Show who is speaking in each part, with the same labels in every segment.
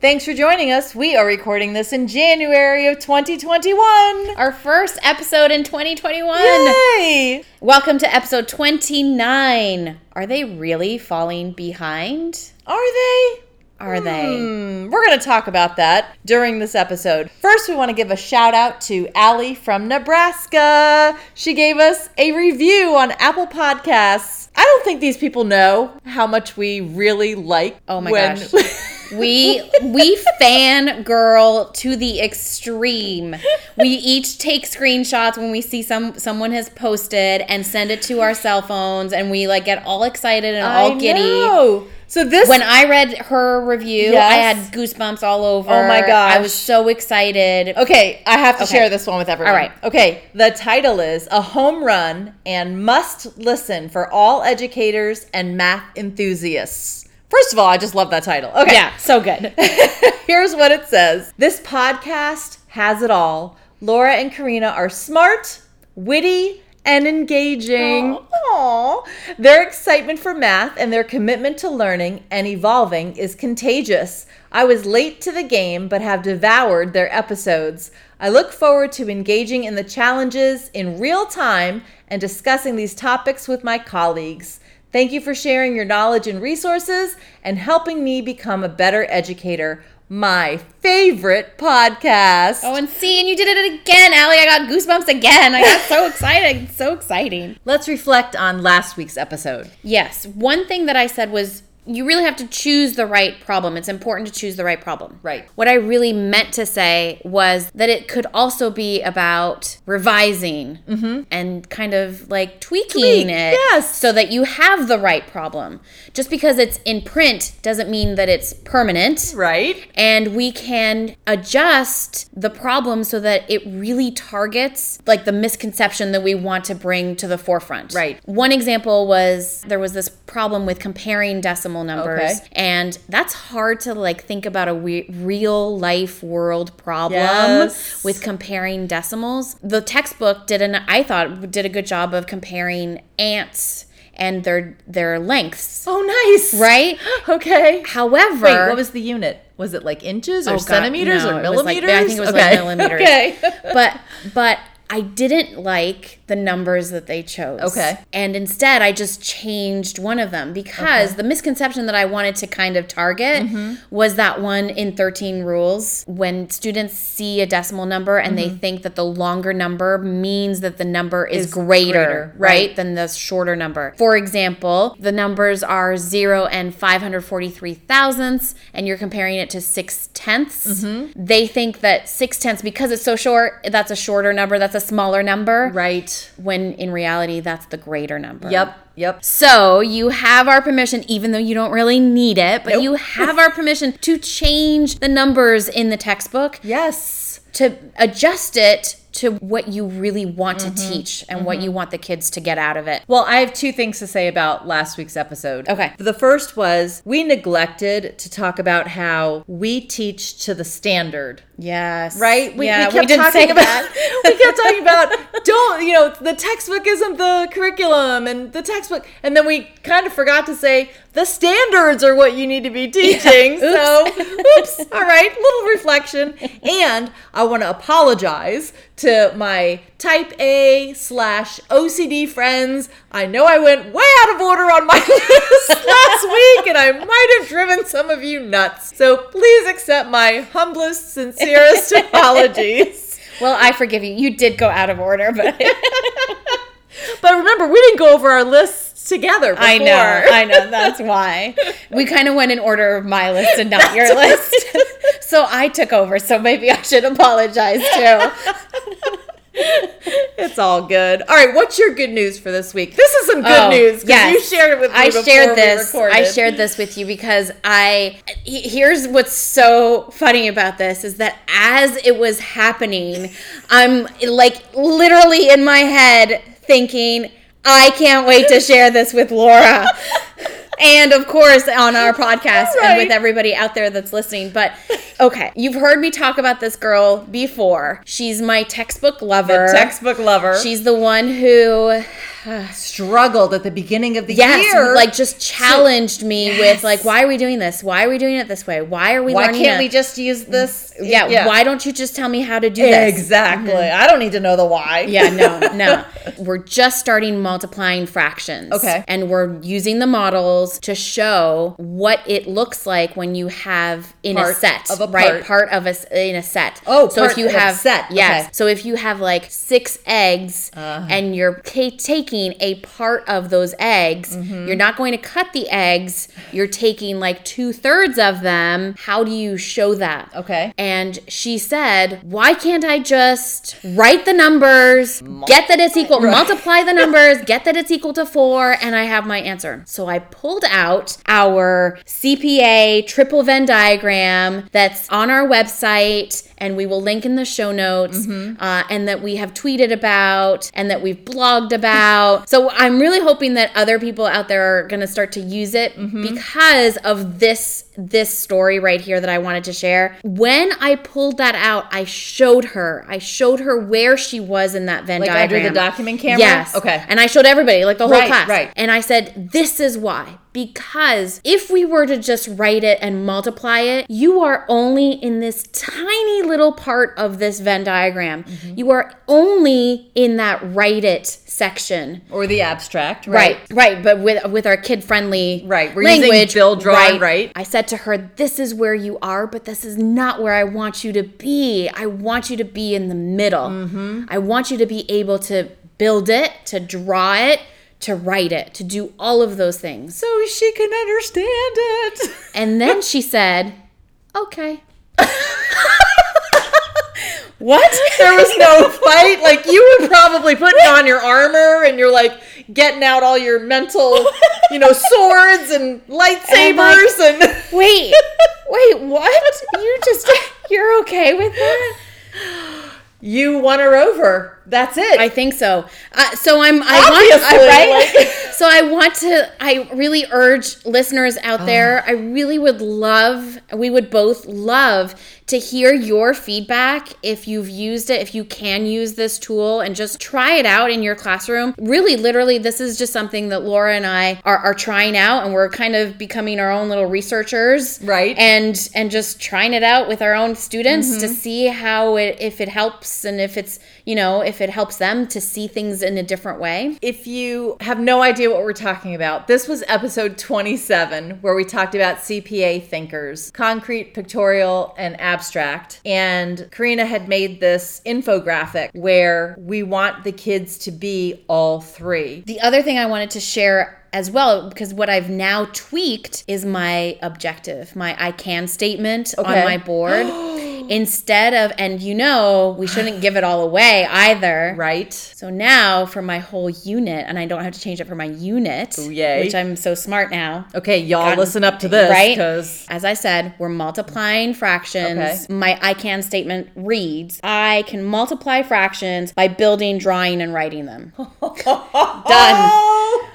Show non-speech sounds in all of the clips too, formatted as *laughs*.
Speaker 1: Thanks for joining us. We are recording this in January of 2021.
Speaker 2: Our first episode in 2021.
Speaker 1: Yay!
Speaker 2: Welcome to episode 29. Are they really falling behind?
Speaker 1: Are they?
Speaker 2: Are they?
Speaker 1: Hmm, we're going to talk about that during this episode. First, we want to give a shout out to Allie from Nebraska. She gave us a review on Apple Podcasts. I don't think these people know how much we really like.
Speaker 2: Oh my
Speaker 1: *laughs*
Speaker 2: gosh. We we fan girl to the extreme. We each take screenshots when we see some someone has posted and send it to our cell phones and we like get all excited and all
Speaker 1: I
Speaker 2: giddy.
Speaker 1: know. So this
Speaker 2: When I read her review, I
Speaker 1: Yes.
Speaker 2: had goosebumps all over.
Speaker 1: Oh my gosh.
Speaker 2: I was so excited.
Speaker 1: Okay, I have to
Speaker 2: Okay.
Speaker 1: share this one with everyone.
Speaker 2: All right.
Speaker 1: Okay, the title is A Home Run and Must Listen for All Educators and Math Enthusiasts. First of all, I just love that title. Okay.
Speaker 2: Yeah,
Speaker 1: *laughs*
Speaker 2: so good.
Speaker 1: Here's what it says This podcast has it all. Laura and Karina are smart, witty, and engaging. Aww. Their excitement for math and their commitment to learning and evolving is contagious. I was late to the game, but have devoured their episodes. I look forward to engaging in the challenges in real time and discussing these topics with my colleagues. Thank you for sharing your knowledge and resources and helping me become a better educator. My favorite podcast.
Speaker 2: Oh, and see, and you did it again, Allie. I got goosebumps again. I got so *laughs* excited. So exciting.
Speaker 1: Let's reflect on last week's episode.
Speaker 2: Yes. One thing that I said was you really have to choose the right problem. It's important to choose the right problem.
Speaker 1: Right.
Speaker 2: What I really meant to say was that it could also be about revising and kind of like tweaking
Speaker 1: Mm-hmm. Tweak,
Speaker 2: it
Speaker 1: yes.
Speaker 2: so that you have the right problem. Just because it's in print doesn't mean that it's permanent.
Speaker 1: Right?
Speaker 2: And we can adjust the problem so that it really targets like the misconception that we want to bring to the forefront.
Speaker 1: Right.
Speaker 2: One example was there was this problem with comparing decimal numbers,
Speaker 1: Okay.
Speaker 2: and that's hard to like think about a we- real life world problem
Speaker 1: Yes.
Speaker 2: with comparing decimals. The textbook did an I thought did a good job of comparing ants and their their lengths,
Speaker 1: Oh, nice.
Speaker 2: right?
Speaker 1: *laughs* Okay.
Speaker 2: However,
Speaker 1: Wait, what was the unit? Was it like inches or
Speaker 2: Oh, God,
Speaker 1: centimeters
Speaker 2: no,
Speaker 1: or
Speaker 2: it was like-
Speaker 1: millimeters?
Speaker 2: I think it was like millimeters.
Speaker 1: *laughs* Okay.
Speaker 2: *laughs* but but I didn't like the numbers that they chose.
Speaker 1: Okay.
Speaker 2: And instead, I just changed one of them because the misconception that I wanted to kind of target
Speaker 1: Mm-hmm.
Speaker 2: was that one in 13 rules when students see a decimal number and
Speaker 1: Mm-hmm.
Speaker 2: they think that the longer number means that the number is, greater,
Speaker 1: greater,
Speaker 2: right?
Speaker 1: right.
Speaker 2: than the shorter number. For example, the numbers are 0 and 543 thousandths, and you're comparing it to 6 tenths.
Speaker 1: Mm-hmm.
Speaker 2: They think that 6 tenths, because it's so short, that's a shorter number, that's a smaller number.
Speaker 1: right.
Speaker 2: When in reality, that's the greater number.
Speaker 1: Yep. Yep.
Speaker 2: So you have our permission, even though you don't really need it, but
Speaker 1: Nope.
Speaker 2: you have our permission to change the numbers in the textbook
Speaker 1: Yes.
Speaker 2: to adjust it to what you really want to
Speaker 1: Mm-hmm.
Speaker 2: teach and what you want the kids to get out of it.
Speaker 1: Well, I have two things to say about last week's episode.
Speaker 2: Okay.
Speaker 1: The first was we neglected to talk about how we teach to the standard.
Speaker 2: Yes.
Speaker 1: right? We,
Speaker 2: yeah,
Speaker 1: we kept
Speaker 2: didn't
Speaker 1: talking
Speaker 2: say
Speaker 1: about *laughs*
Speaker 2: that. *laughs*
Speaker 1: we kept talking about don't you know the textbook isn't the curriculum and the textbook, and then we kind of forgot to say the standards are what you need to be teaching. So, oops, all right, little reflection, and I want to apologize to my Type A slash OCD friends. I know I went way out of order on my *laughs* list last week, and I might have driven some of you nuts. So please accept my humblest, sincerest apologies.
Speaker 2: Well, I forgive you. You did go out of order,
Speaker 1: *laughs*
Speaker 2: but *laughs*
Speaker 1: But remember, we didn't go over our lists together. Before.
Speaker 2: I know, I know. That's why we kind of went in order of my list and not
Speaker 1: *laughs*
Speaker 2: your *laughs* list. so I took over. So maybe I should apologize too.
Speaker 1: It's all good. All right, what's your good news for this week? This is some good
Speaker 2: Oh,
Speaker 1: news because
Speaker 2: yes.
Speaker 1: you shared it with me
Speaker 2: I
Speaker 1: before
Speaker 2: shared
Speaker 1: we
Speaker 2: this. I
Speaker 1: recorded.
Speaker 2: shared this with you because I. he- Here's what's so funny about this is that as it was happening, I'm like literally in my head thinking, I can't wait to share this
Speaker 1: *laughs*
Speaker 2: with Laura. And of course, on our podcast and
Speaker 1: Right.
Speaker 2: with everybody out there that's listening. But okay, you've heard me talk about this girl before. She's my textbook lover.
Speaker 1: The textbook lover. She
Speaker 2: She's the one who
Speaker 1: struggled at the beginning of the
Speaker 2: yes,
Speaker 1: year.
Speaker 2: like just challenged me with like, why are we doing this? Why are we doing it this way? Why are we?
Speaker 1: why
Speaker 2: learning
Speaker 1: can't
Speaker 2: to-"
Speaker 1: we just use this?
Speaker 2: Yeah, Why don't you just tell me how to do this?
Speaker 1: Exactly. Mm-hmm. I don't need to know the why.
Speaker 2: *laughs*
Speaker 1: *laughs*
Speaker 2: Yeah, no, no. we're just starting multiplying fractions.
Speaker 1: Okay.
Speaker 2: And we're using the models to show what it looks like when you have in
Speaker 1: Part
Speaker 2: a set,
Speaker 1: of a
Speaker 2: right?
Speaker 1: part.
Speaker 2: of a s- in a set.
Speaker 1: Oh,
Speaker 2: so
Speaker 1: part
Speaker 2: if you
Speaker 1: of a
Speaker 2: have
Speaker 1: set,
Speaker 2: yes.
Speaker 1: okay. Uh-huh.
Speaker 2: So if you have like six eggs and you're ta taking a part of those eggs,
Speaker 1: Mm-hmm.
Speaker 2: you're not going to cut the eggs. You're taking like two thirds of them. How do you show that?
Speaker 1: Okay.
Speaker 2: And she said, Why can't I just write the numbers, get that it's equal, multiply the numbers, get that it's equal to four, and I have my answer. So I pulled out our CPA triple Venn diagram that's on our website. And we will link in the show notes, uh, and that we have tweeted about, and that we've blogged about. *laughs* so I'm really hoping that other people out there are going to start to use it because of this this story right here that I wanted to share. When I pulled that out, I showed her. I showed her where she was in that Venn
Speaker 1: Like
Speaker 2: diagram.
Speaker 1: under the document camera?
Speaker 2: Yes.
Speaker 1: Okay.
Speaker 2: And I showed everybody, like the whole
Speaker 1: Right,
Speaker 2: class.
Speaker 1: right.
Speaker 2: And I said, this is why. Because if we were to just write it and multiply it, you are only in this tiny little part of this Venn diagram.
Speaker 1: Mm-hmm.
Speaker 2: You are only in that write it section.
Speaker 1: Or the abstract, right?
Speaker 2: Right, right, but with with our kid friendly
Speaker 1: Right, we're using
Speaker 2: language,
Speaker 1: build, draw, and write.
Speaker 2: I said to her, "This is where you are, but this is not where I want you to be. I want you to be in the middle.
Speaker 1: Mm-hmm.
Speaker 2: I want you to be able to build it, to draw it, to write it, to do all of those things."
Speaker 1: So she can understand it. *laughs*
Speaker 2: And then she said, "Okay." what?
Speaker 1: *laughs* There was no fight. Like you were probably putting on your armor and you're like getting out all your mental, you know, swords and lightsabers and, *laughs*
Speaker 2: Wait, wait, what? You just you're okay with that?
Speaker 1: you won her over. That's it.
Speaker 2: I think so. Uh, so I'm. I
Speaker 1: Obviously,
Speaker 2: want. I, right.
Speaker 1: like-
Speaker 2: so I want to. I really urge listeners out there. I really would love. We would both love to hear your feedback if you've used it. If you can use this tool and just try it out in your classroom. Really, literally, this is just something that Laura and I are, are trying out, and we're kind of becoming our own little researchers.
Speaker 1: Right.
Speaker 2: And and just trying it out with our own students to see how it if it helps and if it's you know if it helps them to see things in a different way.
Speaker 1: if you have no idea what we're talking about, this was episode 27, where we talked about CPA thinkers, concrete, pictorial, and abstract. And Karina had made this infographic where we want the kids to be all three.
Speaker 2: The other thing I wanted to share as well because what I've now tweaked is my objective, my I can statement
Speaker 1: Okay.
Speaker 2: on
Speaker 1: *gasps*
Speaker 2: my board. Instead of and you know we shouldn't give it all away either.
Speaker 1: Right?
Speaker 2: So now for my whole unit, and I don't have to change it for my unit,
Speaker 1: yay.
Speaker 2: which I'm so smart now.
Speaker 1: Okay, y'all listen up to this.
Speaker 2: right?
Speaker 1: 'cause-
Speaker 2: As I said, we're multiplying fractions.
Speaker 1: Okay.
Speaker 2: My I can statement reads I can multiply fractions by building, drawing, and writing them. Done.
Speaker 1: Oh,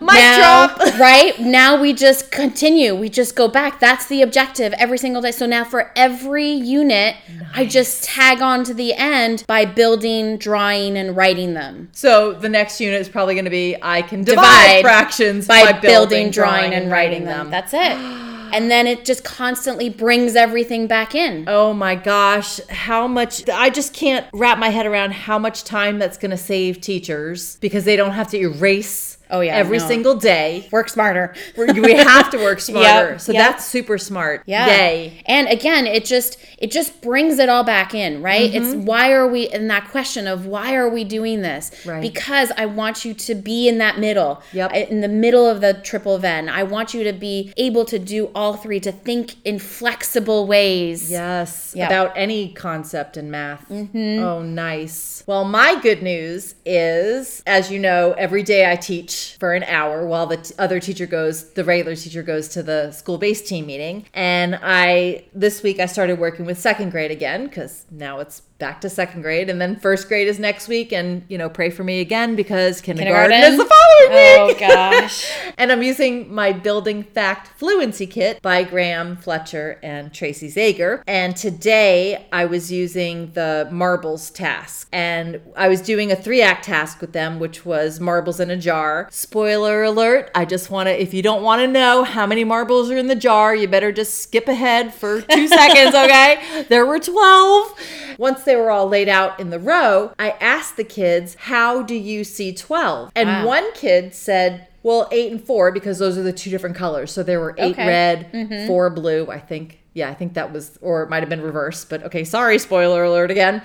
Speaker 1: mic
Speaker 2: Now,
Speaker 1: drop. *laughs*
Speaker 2: right now, we just continue. We just go back. That's the objective every single day. So now, for every unit, I just tag on to the end by building, drawing, and writing them
Speaker 1: So the next unit is probably going to be I can divide,
Speaker 2: Divide
Speaker 1: fractions
Speaker 2: by, building, drawing, and writing them. That's it.
Speaker 1: *gasps*
Speaker 2: And then it just constantly brings everything back in.
Speaker 1: Oh my gosh, how much I just can't wrap my head around how much time that's going to save teachers because they don't have to erase
Speaker 2: Oh, yeah,
Speaker 1: every
Speaker 2: no.
Speaker 1: single day.
Speaker 2: Work smarter.
Speaker 1: We're- *laughs* we have to work smarter. so
Speaker 2: *laughs* yep.
Speaker 1: that's super smart.
Speaker 2: Yeah.
Speaker 1: Yay.
Speaker 2: And again, it just it just brings it all back in, right? It's
Speaker 1: Mm-hmm.
Speaker 2: why are we in that question of why are we doing this?
Speaker 1: Right.
Speaker 2: Because I want you to be in that middle.
Speaker 1: Yep.
Speaker 2: I- In the middle of the triple Venn. I want you to be able to do all three, to think in flexible ways.
Speaker 1: Yes,
Speaker 2: Yep.
Speaker 1: about any concept in math.
Speaker 2: Mm-hmm.
Speaker 1: Oh, nice. Well, my good news is, as you know, every day I teach for an hour while the t- other teacher goes, the regular teacher goes to the school based team meeting. And I, this week, I started working with second grade again because now it's back to second grade. And then first grade is next week. And, you know, pray for me again because kindergarten, is
Speaker 2: Kindergarten?
Speaker 1: the following
Speaker 2: Oh
Speaker 1: week.
Speaker 2: gosh.
Speaker 1: and I'm using my Building Fact Fluency Kit by Graham Fletcher and Tracy Zager. And today I was using the marbles task. And I was doing a three act task with them, which was marbles in a jar. Spoiler alert, I just want to, if you don't want to know how many marbles are in the jar, you better just skip ahead for
Speaker 2: *laughs*
Speaker 1: two seconds, okay? There were 12. Once they were all laid out in the row, I asked the kids, How do you see 12? And
Speaker 2: Wow.
Speaker 1: one kid said, well, eight and four because those are the two different colors. So there were eight
Speaker 2: Okay. Mm-hmm.
Speaker 1: red, four blue. I think, yeah, I think that was, or it might have been reversed. But okay, sorry, spoiler alert
Speaker 2: *laughs*
Speaker 1: again.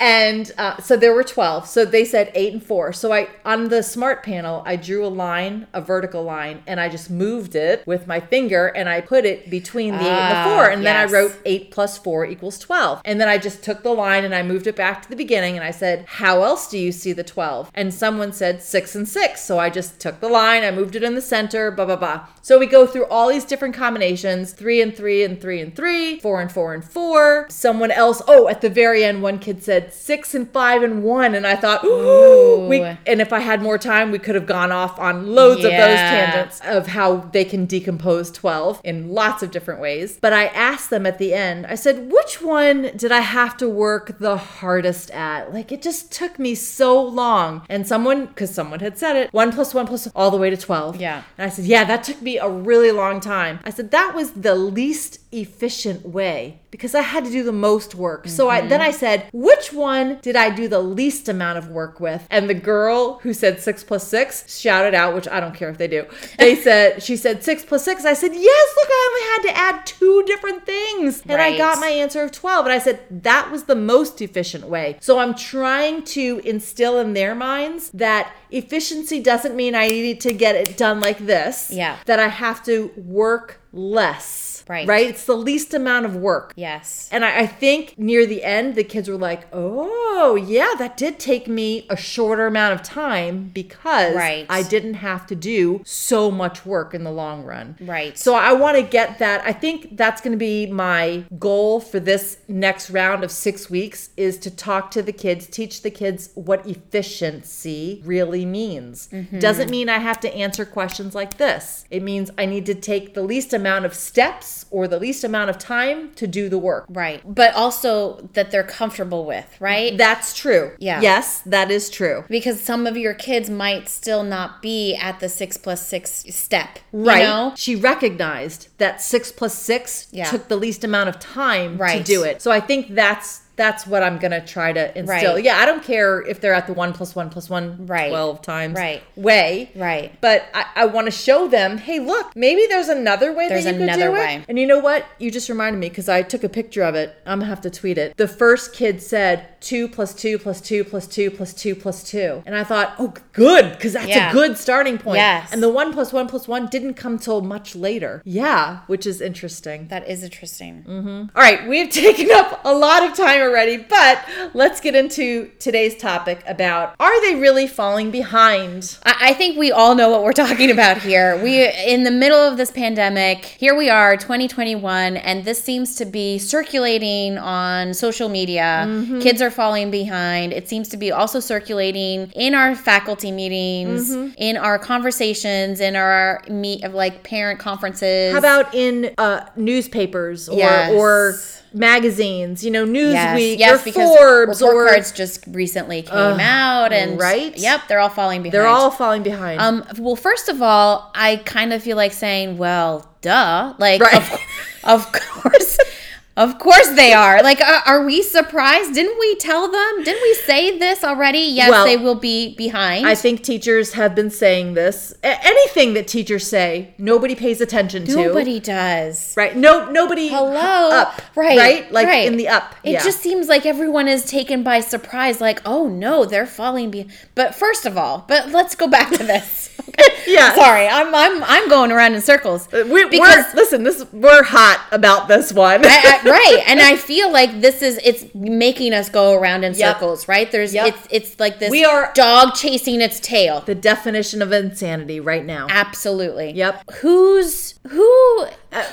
Speaker 1: and uh, so there were twelve. So they said eight and four. So I on the smart panel, I drew a line, a vertical line, and I just moved it with my finger, and I put it between the eight and the
Speaker 2: Ah,
Speaker 1: four, and then I
Speaker 2: yes.
Speaker 1: wrote eight plus four equals 12. And then I just took the line and I moved it back to the beginning and I said, How else do you see the 12? And someone said six and six. So I just took the line, I moved it in the center, blah, blah, blah. So we go through all these different combinations three and three and three and three, four and four and four. Someone else, oh, at the very end, one kid said six and five and one. And I thought, *gasps* Ooh, we,
Speaker 2: Ooh.
Speaker 1: and if I had more time, we could have gone off on loads of those
Speaker 2: Yeah.
Speaker 1: tangents of how they can decompose 12 in lots of different ways. But I asked them at the end, I said, which one did I have to work the hardest at? Like it just took me so long. And someone, because someone had said it, one plus one plus all the way to 12.
Speaker 2: Yeah.
Speaker 1: And I said, yeah, that took me a really long time. I said, that was the least efficient way because I had to do the most work. So I then I said, which one did I do the least amount of work with? And the girl who said six plus six shouted out, which I don't care if they do. They said she said six plus six. I said, yes, look, I only had to add two different things. And I
Speaker 2: Right.
Speaker 1: got my answer of 12. And I said, that was the most efficient way. So I'm trying to instill in their minds that efficiency doesn't mean I need to get it done like this.
Speaker 2: Yeah.
Speaker 1: That I have to work less.
Speaker 2: Right.
Speaker 1: Right? It's the least amount of work.
Speaker 2: Yes.
Speaker 1: And I, I think near the end, the kids were like, oh, yeah, that did take me a shorter amount of time because
Speaker 2: Right.
Speaker 1: I didn't have to do so much work in the long run.
Speaker 2: Right.
Speaker 1: So I want to get that. I think that's going to be my goal for this next round of six weeks is to talk to the kids, teach the kids what efficiency really means.
Speaker 2: Mm-hmm.
Speaker 1: Doesn't mean I have to answer questions like this. It means I need to take the least amount of steps or the least amount of time to do the work.
Speaker 2: Right. But also that they're comfortable with, right?
Speaker 1: That's true.
Speaker 2: Yeah.
Speaker 1: Yes, that is true.
Speaker 2: because some of your kids might still not be at the six plus six step.
Speaker 1: Right.
Speaker 2: You know?
Speaker 1: She recognized that six plus six
Speaker 2: Yeah.
Speaker 1: took the least amount of time to
Speaker 2: Right.
Speaker 1: do it. So I think that's that's what I'm gonna try to instill.
Speaker 2: Right.
Speaker 1: Yeah, I don't care if they're at the one plus one plus one
Speaker 2: Right.
Speaker 1: 12 times
Speaker 2: Right.
Speaker 1: way.
Speaker 2: Right.
Speaker 1: But I, I wanna show them, hey, look, maybe there's another way
Speaker 2: There's
Speaker 1: that you could
Speaker 2: another
Speaker 1: do it.
Speaker 2: way.
Speaker 1: And you know what? You just reminded me because I took a picture of it. I'm gonna have to tweet it. The first kid said two plus two plus two plus two plus two plus two. And I thought, oh good, because that's
Speaker 2: Yeah.
Speaker 1: a good starting point.
Speaker 2: Yes.
Speaker 1: And the one plus one plus one didn't come till much later. Yeah, which is interesting.
Speaker 2: That is interesting.
Speaker 1: All right, we've *laughs* taken up a lot of time already, but let's get into today's topic about are they really falling behind?
Speaker 2: I I think we all know what we're talking about here. We in the middle of this pandemic. Here we are, 2021, and this seems to be circulating on social media.
Speaker 1: Mm-hmm.
Speaker 2: Kids are falling behind. It seems to be also circulating in our faculty meetings,
Speaker 1: Mm-hmm.
Speaker 2: in our conversations, in our meet of like parent conferences.
Speaker 1: How about in uh, newspapers or,
Speaker 2: Yes.
Speaker 1: or magazines? You know,
Speaker 2: Yes,
Speaker 1: Newsweek
Speaker 2: yes,
Speaker 1: or
Speaker 2: because
Speaker 1: Forbes
Speaker 2: report
Speaker 1: or
Speaker 2: cards just recently came out, and
Speaker 1: right?
Speaker 2: Yep, they're all falling behind.
Speaker 1: they're all falling behind.
Speaker 2: Um, well, first of all, I kind *laughs* of feel like saying, well, duh. Like,
Speaker 1: Right.
Speaker 2: of, of course. Of course they are. Like, are, are we surprised? Didn't we tell them? Didn't we say this already? Yes,
Speaker 1: Well,
Speaker 2: they will be behind.
Speaker 1: I think teachers have been saying this. A- anything that teachers say, nobody pays attention to.
Speaker 2: Nobody does.
Speaker 1: Right? No, nobody.
Speaker 2: Hello.
Speaker 1: Up.
Speaker 2: Right.
Speaker 1: Right. Like
Speaker 2: right.
Speaker 1: in the up.
Speaker 2: It
Speaker 1: yeah.
Speaker 2: just seems like everyone is taken by surprise. Like, oh no, they're falling. Be- but first of all, but let's go back to this. Okay.
Speaker 1: *laughs* Yeah.
Speaker 2: *laughs* Sorry, I'm I'm I'm going around in circles.
Speaker 1: Uh, We,
Speaker 2: because
Speaker 1: we're listen. This we're hot about this one.
Speaker 2: I, I, right, and I feel like this is it's making us go around in
Speaker 1: Yep.
Speaker 2: circles. Right? There's
Speaker 1: Yep.
Speaker 2: it's it's like this.
Speaker 1: We are-
Speaker 2: dog chasing its tail.
Speaker 1: *laughs* the definition of insanity right now.
Speaker 2: Absolutely.
Speaker 1: Yep.
Speaker 2: Who's who?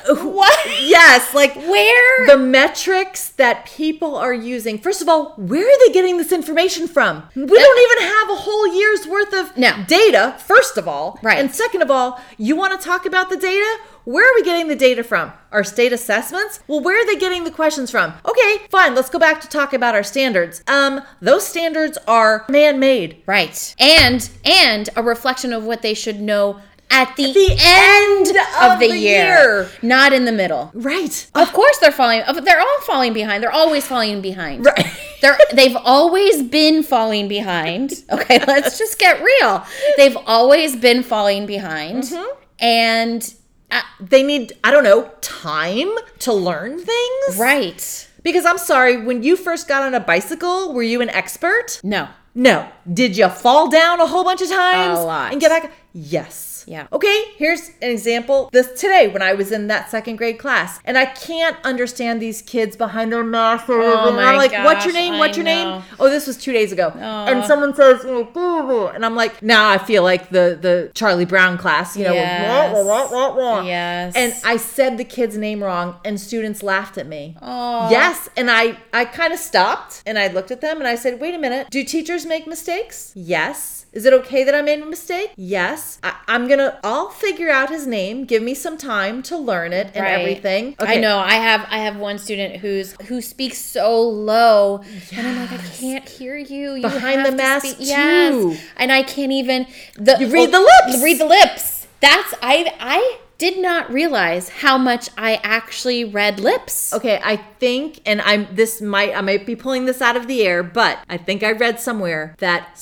Speaker 2: what?
Speaker 1: Uh, Yes, like
Speaker 2: Where?
Speaker 1: the metrics that people are using. First of all, where are they getting this information from? We don't even have a whole year's worth of
Speaker 2: No.
Speaker 1: data, first of all.
Speaker 2: Right.
Speaker 1: And second of all, you want to talk about the data? Where are we getting the data from? Our state assessments? Well, where are they getting the questions from? Okay, fine, let's go back to talk about our standards. Um, those standards are man-made.
Speaker 2: Right. And and a reflection of what they should know at the,
Speaker 1: the
Speaker 2: end, of,
Speaker 1: of
Speaker 2: the,
Speaker 1: the
Speaker 2: year,
Speaker 1: year.
Speaker 2: not in the middle.
Speaker 1: Right.
Speaker 2: Of course they're falling of- they're all falling behind. They're always falling behind.
Speaker 1: Right.
Speaker 2: *laughs* They're they've always been falling behind. *laughs* Okay, let's just get real. They've always been falling behind. And uh,
Speaker 1: They need, I don't know, time to learn things?
Speaker 2: right.
Speaker 1: Because I'm sorry, when you first got on a bicycle, were you an expert?
Speaker 2: No.
Speaker 1: No. Did you fall down a whole bunch of times?
Speaker 2: A lot.
Speaker 1: And get back? Yes.
Speaker 2: Yeah.
Speaker 1: Okay, here's an example. This today when I was in that second grade class, and I can't understand these kids behind their masks. and
Speaker 2: Oh my
Speaker 1: I'm like, what's your
Speaker 2: gosh,
Speaker 1: name? What's
Speaker 2: I
Speaker 1: your
Speaker 2: know.
Speaker 1: name? Oh, this was two days ago. And someone says, "Oh, blah, blah," and I'm like, now I feel like the the Charlie Brown class, you know, with
Speaker 2: Yes.
Speaker 1: wah, wah, wah, wah, wah.
Speaker 2: Yes.
Speaker 1: And I said the kid's name wrong, and students laughed at me.
Speaker 2: Aw.
Speaker 1: Yes, and I I kind of stopped and I looked at them and I said, "Wait a minute. Do teachers make mistakes?" Yes. Is it okay that I made a mistake? Yes. I, I'm gonna. I'll figure out his name. Give me some time to learn it and
Speaker 2: Right.
Speaker 1: everything.
Speaker 2: I know. I have I have one student who's who speaks so low, and I'm like, I can't hear you. You
Speaker 1: Behind
Speaker 2: have
Speaker 1: the
Speaker 2: to
Speaker 1: mask,
Speaker 2: speak-
Speaker 1: too.
Speaker 2: and I can't even. The,
Speaker 1: You read the lips.
Speaker 2: Read the lips. That's I I did not realize how much I actually read lips.
Speaker 1: Okay, I think, and I'm this might I might be pulling this out of the air, but I think I read somewhere that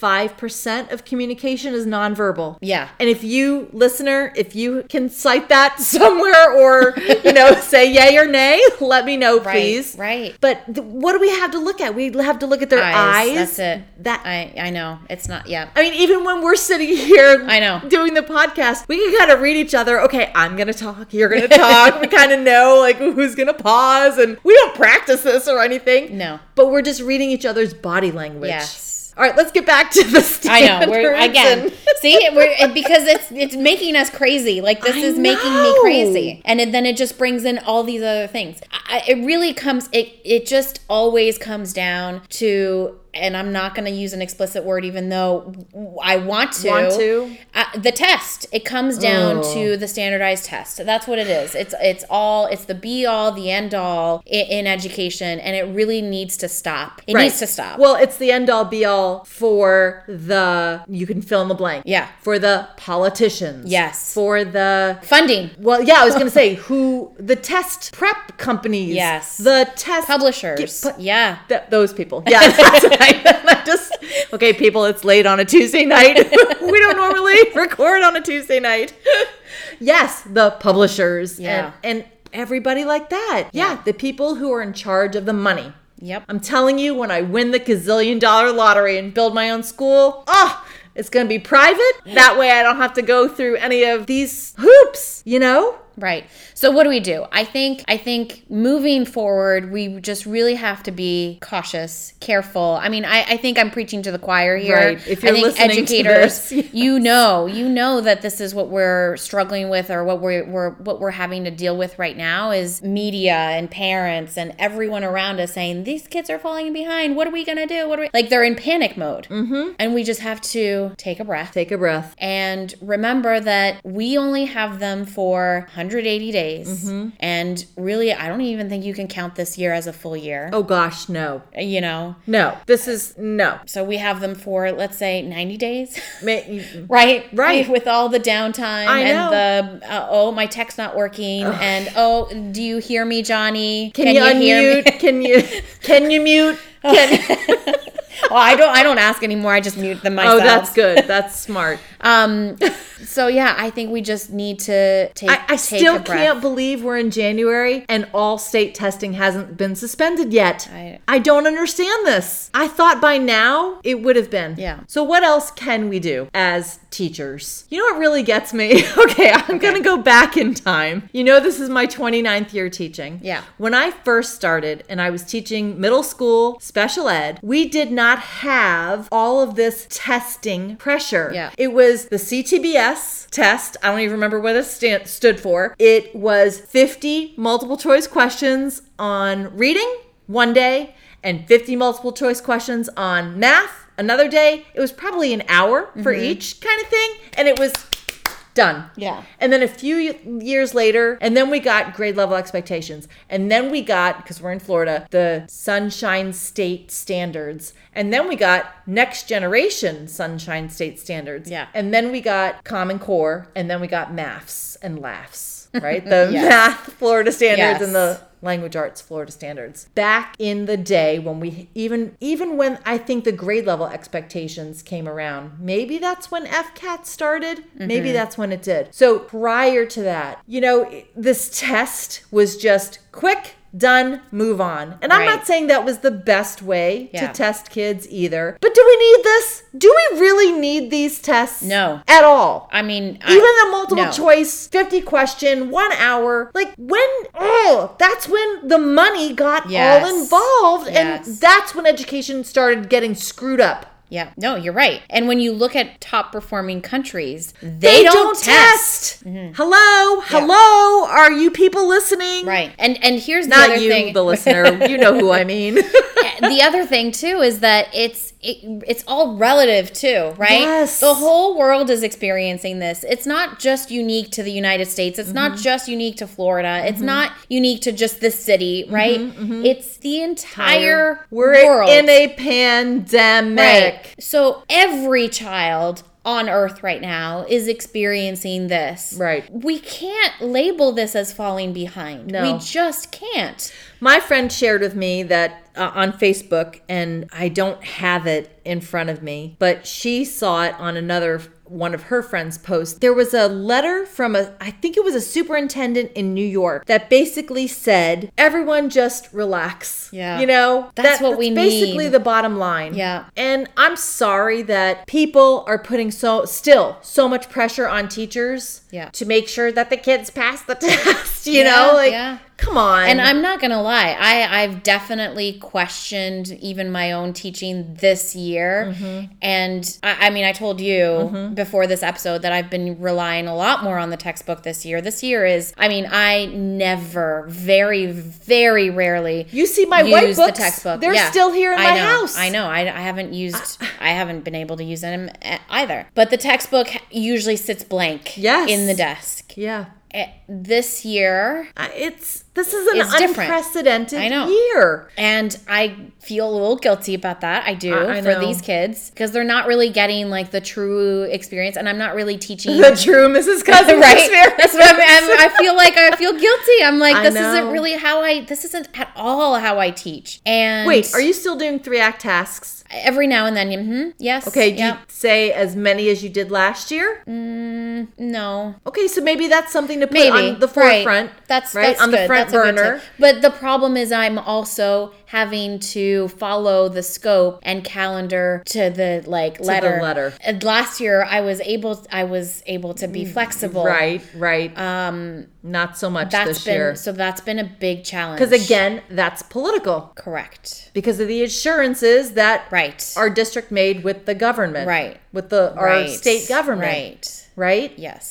Speaker 1: 75% of communication is nonverbal.
Speaker 2: Yeah.
Speaker 1: And if you listener, if you can cite that *laughs* somewhere or you
Speaker 2: *laughs*
Speaker 1: know say yay or nay, let me know
Speaker 2: Right,
Speaker 1: please.
Speaker 2: right.
Speaker 1: But th- what do we have to look at? We have to look at their eyes.
Speaker 2: That's it.
Speaker 1: That
Speaker 2: I I know it's not. Yeah.
Speaker 1: I mean, even when we're sitting here,
Speaker 2: I know.
Speaker 1: doing the podcast, we can kind of read each other. Okay, I'm gonna talk. You're gonna talk.
Speaker 2: *laughs*
Speaker 1: we kind of know like who's gonna pause, and we don't practice this or anything.
Speaker 2: No.
Speaker 1: but we're just reading each other's body language.
Speaker 2: Yes.
Speaker 1: All right, let's get back to the standards.
Speaker 2: I know. We're
Speaker 1: and-
Speaker 2: again. *laughs* see, we're it- because it's it's making us crazy. Like this
Speaker 1: I
Speaker 2: is making me
Speaker 1: know.
Speaker 2: crazy, and it, then it just brings in all these other things. I, I- it really comes. It it just always comes down to. And I'm not going to use an explicit word, even though I want to.
Speaker 1: Want to?
Speaker 2: Uh, the test. It comes down
Speaker 1: Oh.
Speaker 2: to the standardized test. That's what it is. It's it's all. It's the be all, the end all in, in education, and it really needs to stop. It
Speaker 1: Right.
Speaker 2: needs to stop.
Speaker 1: Well, it's the end all be all for the you can fill in the blank.
Speaker 2: Yeah.
Speaker 1: For the politicians.
Speaker 2: Yes.
Speaker 1: For the
Speaker 2: Funding.
Speaker 1: Well, yeah, I was going to say who the test prep companies,
Speaker 2: Yes.
Speaker 1: the test
Speaker 2: Publishers.
Speaker 1: get pu-
Speaker 2: yeah.
Speaker 1: th- those people, yeah. *laughs* That's what I, I just okay, people. It's late on a Tuesday night. *laughs* we don't normally *laughs* record on a Tuesday night. *laughs* yes, the publishers,
Speaker 2: Yeah.
Speaker 1: and, and everybody like that. Yeah. the people who are in charge of the money.
Speaker 2: Yep. Um,
Speaker 1: I'm telling you, when I win the gazillion dollar lottery and build my own school, oh, it's going to be private. That way I don't have to go through any of these hoops, you know?
Speaker 2: Right. So what do we do? I think I think moving forward, we just really have to be cautious, careful. I mean, I, I think I'm preaching to the choir here.
Speaker 1: Right. If you're
Speaker 2: I think
Speaker 1: listening to
Speaker 2: educators,
Speaker 1: this, *laughs*
Speaker 2: you know, you know that this is what we're struggling with or what we're, we're what we're having to deal with right now is media and parents and everyone around us saying these kids are falling behind. What are we gonna do? What are we like? They're in panic mode, mm-hmm. and we just have to take a breath.
Speaker 1: Take a breath.
Speaker 2: And remember that we only have them for 100 180 days.
Speaker 1: Mm-hmm.
Speaker 2: And really, I don't even think you can count this year as a full year.
Speaker 1: Oh gosh, no.
Speaker 2: You know?
Speaker 1: No. This is no.
Speaker 2: So we have them for, let's say, 90 days. *laughs*
Speaker 1: Ma- you-
Speaker 2: Right,
Speaker 1: Right.
Speaker 2: With all the downtime
Speaker 1: I
Speaker 2: and the uh, oh, my tech's not working, and oh, do you hear me, Johnny?
Speaker 1: Can, you,
Speaker 2: *laughs*
Speaker 1: unmute? Can *laughs* you can you mute? Can,
Speaker 2: well, I don't. I don't ask anymore. I just mute them
Speaker 1: oh,
Speaker 2: myself.
Speaker 1: that's good. That's smart.
Speaker 2: Um. So yeah, I think we just need to take.
Speaker 1: I, I
Speaker 2: take
Speaker 1: still
Speaker 2: a breath.
Speaker 1: can't believe we're in January and all state testing hasn't been suspended yet.
Speaker 2: I-
Speaker 1: don't understand this. I thought by now it would have been.
Speaker 2: Yeah.
Speaker 1: So, what else can we do as teachers? You know what really gets me? *laughs* okay, I'm going to go back in time. You know, this is my 29th year teaching.
Speaker 2: Yeah.
Speaker 1: When I first started and I was teaching middle school special ed, we did not have all of this testing pressure.
Speaker 2: Yeah.
Speaker 1: It was the CTBS test. I don't even remember what it stand, stood for. It was 50 multiple choice questions on reading one day and 50 multiple choice questions on math another day. It was probably an hour for each kind of thing. And it was done.
Speaker 2: Mm-hmm. Yeah.
Speaker 1: And then a few years later, and then we got grade level expectations. And then we got, because we're in Florida, the Sunshine State standards. And then we got next generation Sunshine State standards.
Speaker 2: Yeah.
Speaker 1: And then we got Common Core. And then we got maths and laughs,
Speaker 2: *laughs*
Speaker 1: right? The
Speaker 2: Yes.
Speaker 1: math Florida standards and
Speaker 2: Yes.
Speaker 1: the language arts florida standards back in the day when we even even when i think the grade level expectations came around maybe that's when fcat started
Speaker 2: Mm-hmm.
Speaker 1: maybe that's when it did so prior to that you know this test was just quick done move on and i'm
Speaker 2: Right.
Speaker 1: not saying that was the best way
Speaker 2: Yeah.
Speaker 1: to test kids either but do we need this do we really need these tests
Speaker 2: No.
Speaker 1: at all
Speaker 2: I mean, I-
Speaker 1: even the multiple
Speaker 2: no.
Speaker 1: choice 50 question one hour like when oh that's when the money got
Speaker 2: Yes.
Speaker 1: all involved
Speaker 2: Yes.
Speaker 1: and that's when education started getting screwed up
Speaker 2: Yeah. No, you're right. And when you look at top performing countries, they, don't, test. Mm-hmm.
Speaker 1: hello hello are you people listening
Speaker 2: Right. And and here's the
Speaker 1: not
Speaker 2: other
Speaker 1: you
Speaker 2: thing.
Speaker 1: the
Speaker 2: *laughs*
Speaker 1: listener you know who i mean
Speaker 2: the other thing too is that it's it, it's all relative too, right?
Speaker 1: Yes.
Speaker 2: The whole world is experiencing this. It's not just unique to the United States. It's not
Speaker 1: Mm-hmm.
Speaker 2: just unique to Florida. It's not unique to just this city, right? It's the entire
Speaker 1: Mm-hmm, we're
Speaker 2: world.
Speaker 1: in a pandemic
Speaker 2: right. So every child on earth right now is experiencing this.
Speaker 1: Right.
Speaker 2: We can't label this as falling behind.
Speaker 1: No.
Speaker 2: We just can't.
Speaker 1: My friend shared with me that uh, on Facebook, and I don't have it in front of me, but she saw it on another one of her friends' posts. There was a letter from a, I think it was a superintendent in New York that basically said, "Everyone just relax."
Speaker 2: Yeah.
Speaker 1: you know,
Speaker 2: That's what we
Speaker 1: Basically,
Speaker 2: need.
Speaker 1: the bottom line.
Speaker 2: Yeah.
Speaker 1: and I'm sorry that people are putting so still so much pressure on teachers.
Speaker 2: Yeah.
Speaker 1: to make sure that the kids pass the *laughs* test. You
Speaker 2: Yeah,
Speaker 1: know, like
Speaker 2: yeah.
Speaker 1: come on.
Speaker 2: And I'm not gonna lie, I I've definitely questioned even my own teaching this year,
Speaker 1: Mm-hmm.
Speaker 2: and I, I mean I told you before this episode that I've been relying a lot more on the textbook this year. This year is, I mean, I never, very, very rarely
Speaker 1: You see my white
Speaker 2: use
Speaker 1: books.
Speaker 2: the textbook.
Speaker 1: They're
Speaker 2: Yeah.
Speaker 1: still here in
Speaker 2: I
Speaker 1: my
Speaker 2: know,
Speaker 1: house.
Speaker 2: I know. I, I haven't
Speaker 1: *laughs*
Speaker 2: used. I haven't been able to use them e- either. But the textbook usually sits blank.
Speaker 1: Yes.
Speaker 2: in the desk.
Speaker 1: Yeah.
Speaker 2: Eh, This year,
Speaker 1: I- It's this is an
Speaker 2: It's different.
Speaker 1: unprecedented
Speaker 2: I know.
Speaker 1: year.
Speaker 2: and I feel a little guilty about that. I do
Speaker 1: I- I
Speaker 2: for
Speaker 1: know.
Speaker 2: these kids because they're not really getting like the true experience, and I'm not really teaching.
Speaker 1: *laughs* The true Mrs.
Speaker 2: *laughs*
Speaker 1: Cousins
Speaker 2: right?
Speaker 1: experience.
Speaker 2: That's what I'm, I'm. I feel like I feel guilty. I'm like,
Speaker 1: I
Speaker 2: this
Speaker 1: know.
Speaker 2: isn't really how I. This isn't at all how I teach. And
Speaker 1: Wait, are you still doing three act tasks?
Speaker 2: every now and then? Mm-hmm, yes.
Speaker 1: Okay, do you
Speaker 2: Yep.
Speaker 1: say as many as you did last year?
Speaker 2: Mm. No.
Speaker 1: Okay, so maybe that's something to put
Speaker 2: Maybe
Speaker 1: on the
Speaker 2: Right.
Speaker 1: forefront.
Speaker 2: That's
Speaker 1: right
Speaker 2: that's
Speaker 1: on the
Speaker 2: good.
Speaker 1: front
Speaker 2: That's a good
Speaker 1: burner.
Speaker 2: tip. But the problem is, I'm also having to follow the scope and calendar to the like letter.
Speaker 1: letter. Mm,
Speaker 2: And last year, I was able. I was able to be flexible.
Speaker 1: Right, right. Um, not so much
Speaker 2: That's
Speaker 1: this
Speaker 2: been
Speaker 1: year
Speaker 2: so. That's been a big challenge.
Speaker 1: because again, that's political
Speaker 2: correct.
Speaker 1: because of the assurances that
Speaker 2: Right.
Speaker 1: our district made with the government,
Speaker 2: Right.
Speaker 1: With the our
Speaker 2: Right.
Speaker 1: state government,
Speaker 2: Right.
Speaker 1: right?
Speaker 2: Yes.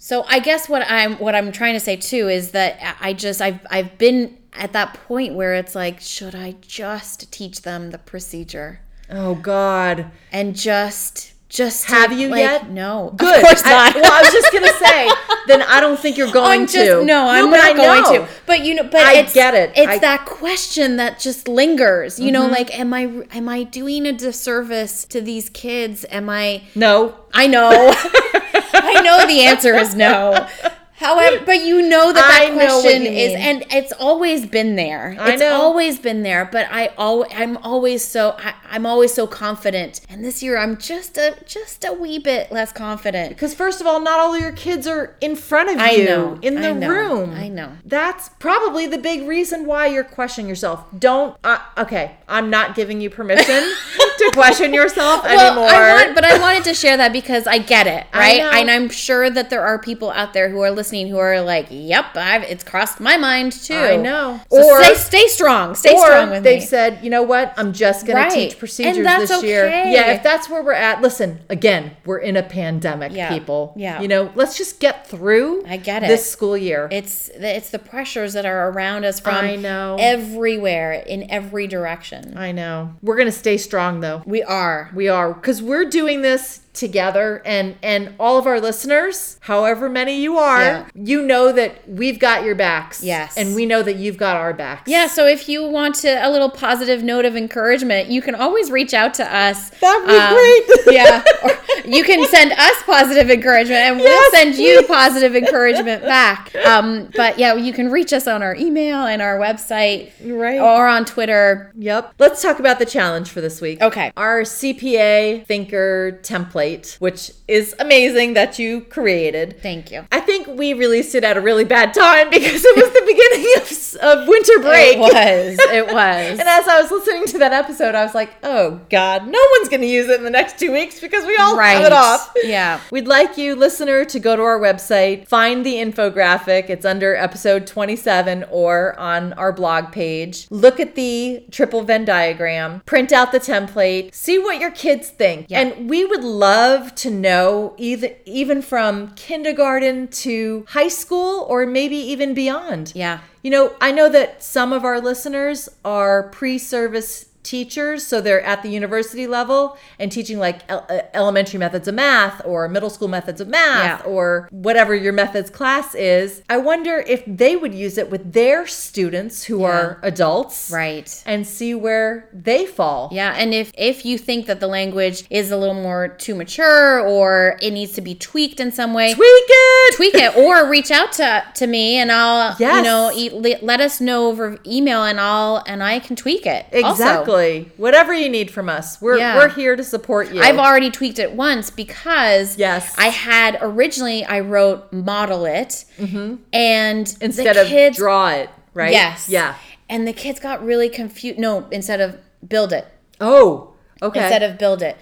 Speaker 2: so I guess what I'm what I'm trying to say too is that I I just I've I've been at that point where it's like should I just teach them the procedure
Speaker 1: Oh God.
Speaker 2: and just Just to,
Speaker 1: Have you
Speaker 2: like,
Speaker 1: yet?
Speaker 2: No, Of
Speaker 1: Good.
Speaker 2: course
Speaker 1: I-
Speaker 2: not.
Speaker 1: well, I was just
Speaker 2: *laughs*
Speaker 1: gonna say. Then I don't think you're going
Speaker 2: I'm
Speaker 1: to.
Speaker 2: just no, I'm
Speaker 1: but
Speaker 2: not
Speaker 1: I
Speaker 2: going
Speaker 1: know.
Speaker 2: to. But you know, but
Speaker 1: I
Speaker 2: it's,
Speaker 1: get it.
Speaker 2: It's
Speaker 1: I- Mm-hmm.
Speaker 2: that question that just lingers. You know, like, am I am I doing a disservice to these kids? Am I?
Speaker 1: No.
Speaker 2: I know,
Speaker 1: *laughs*
Speaker 2: I know the answer is no. However, but you know that that
Speaker 1: I know what
Speaker 2: question
Speaker 1: you
Speaker 2: is,
Speaker 1: mean.
Speaker 2: and it's always been there.
Speaker 1: I
Speaker 2: it's
Speaker 1: know.
Speaker 2: always been there. But I al- I'm always so I, I'm always so confident, and this year I'm just a just a wee bit less confident.
Speaker 1: Because first of all, not all your kids are in front of
Speaker 2: I
Speaker 1: you
Speaker 2: know,
Speaker 1: in the
Speaker 2: I know,
Speaker 1: room.
Speaker 2: I know.
Speaker 1: That's probably the big reason why you're questioning yourself. Don't. Uh, okay, I'm not giving you permission
Speaker 2: *laughs*
Speaker 1: to question yourself anymore.
Speaker 2: I want, but I wanted to share that because I get it, right?
Speaker 1: know.
Speaker 2: and I'm sure that there are people out there who are listening who are like, "Yep, I've it's crossed my mind too."
Speaker 1: I know.
Speaker 2: So
Speaker 1: Or-
Speaker 2: stay, stay strong. Stay
Speaker 1: or
Speaker 2: strong with
Speaker 1: they've
Speaker 2: me.
Speaker 1: said, you know what? I'm just going
Speaker 2: Right.
Speaker 1: to teach
Speaker 2: And
Speaker 1: procedures
Speaker 2: that's
Speaker 1: this year.
Speaker 2: okay.
Speaker 1: Yeah, if that's where we're at. Listen, again, we're in a pandemic,
Speaker 2: Yeah.
Speaker 1: people.
Speaker 2: Yeah.
Speaker 1: You know, let's just get through.
Speaker 2: I get
Speaker 1: This
Speaker 2: it.
Speaker 1: school year.
Speaker 2: it's the, it's the pressures that are around us from
Speaker 1: I know.
Speaker 2: everywhere in every direction.
Speaker 1: I know. We're going to stay strong though.
Speaker 2: We are.
Speaker 1: We are because we're doing this together, and and all of our listeners, however many you are,
Speaker 2: Yeah.
Speaker 1: you know that we've got your backs.
Speaker 2: Yes.
Speaker 1: and we know that you've got our backs.
Speaker 2: Yeah, so if you want to, a little positive note of encouragement, you can always reach out to us. Um,
Speaker 1: That'd be great. *laughs*
Speaker 2: yeah. Or you can send us positive encouragement and
Speaker 1: Yes,
Speaker 2: we'll send you positive encouragement back. Um, but yeah, you can reach us on our email and our website
Speaker 1: Right.
Speaker 2: or on Twitter.
Speaker 1: Yep. Let's talk about the challenge for this week.
Speaker 2: Okay.
Speaker 1: Our CPA thinker template, which is amazing that you created.
Speaker 2: Thank you.
Speaker 1: I think we released it at a really bad time because it was the beginning of, s- of winter break.
Speaker 2: It was. It was.
Speaker 1: *laughs* And as I was listening to that episode, I was like, oh God, no one's going to use it in the next two weeks because we all have it off.
Speaker 2: Yeah.
Speaker 1: We'd like you, listener, to go to our website, find the infographic. It's under episode 27 or on our blog page. Look at the triple Venn diagram, print out the template, see what your kids think.
Speaker 2: Yeah.
Speaker 1: And we would love to know, either, even from kindergarten to high school or maybe even beyond.
Speaker 2: Yeah.
Speaker 1: You know, I know that some of our listeners are pre service teachers, so they're at the university level and teaching like el- uh, elementary methods of math or middle school methods of math
Speaker 2: Yeah.
Speaker 1: or whatever your methods class is. I wonder if they would use it with their students who are adults.
Speaker 2: Right.
Speaker 1: And see where they fall.
Speaker 2: Yeah, and if if you think that the language is a little more too mature or it needs to be tweaked in some way,
Speaker 1: Tweak it.
Speaker 2: tweak it or reach out to to me and I'll you
Speaker 1: Yes.
Speaker 2: know e- le- let us know over email and I'll and I can tweak it. also.
Speaker 1: Exactly. Whatever you need from us, we're
Speaker 2: Yeah.
Speaker 1: we're here to support you.
Speaker 2: I've already tweaked it once because
Speaker 1: Yes.
Speaker 2: I had originally I wrote model it and
Speaker 1: Mm-hmm. instead
Speaker 2: the
Speaker 1: of
Speaker 2: kids,
Speaker 1: draw it, right?
Speaker 2: yes
Speaker 1: Yeah.
Speaker 2: and the kids got really confused. No, instead of build it
Speaker 1: Oh. Okay.
Speaker 2: instead of build it.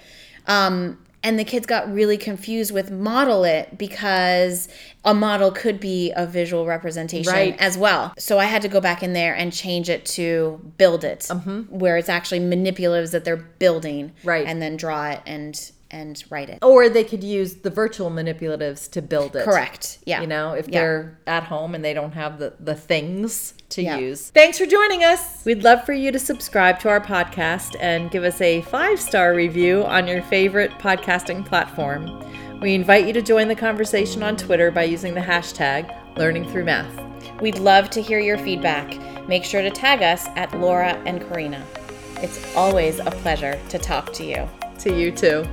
Speaker 2: Um, and the kids got really confused with model it because a model could be a visual representation
Speaker 1: Right.
Speaker 2: as well. So I had to go back in there and change it to build it, where it's actually manipulatives that they're building,
Speaker 1: Mm-hmm. Right. Oh,
Speaker 2: And then draw it and and write it.
Speaker 1: or they could use the virtual manipulatives to build it.
Speaker 2: Correct. Yeah.
Speaker 1: You know, if
Speaker 2: Yeah.
Speaker 1: they're at home and they don't have the, the things to
Speaker 2: Yeah.
Speaker 1: use. Thanks for joining us. We'd love for you to subscribe to our podcast and give us a five star review on your favorite podcasting platform. We invite you to join the conversation on Twitter by using the hashtag learning through math.
Speaker 2: We'd love to hear your feedback. Make sure to tag us at Laura and Karina. It's always a pleasure to talk to you.
Speaker 1: To you too.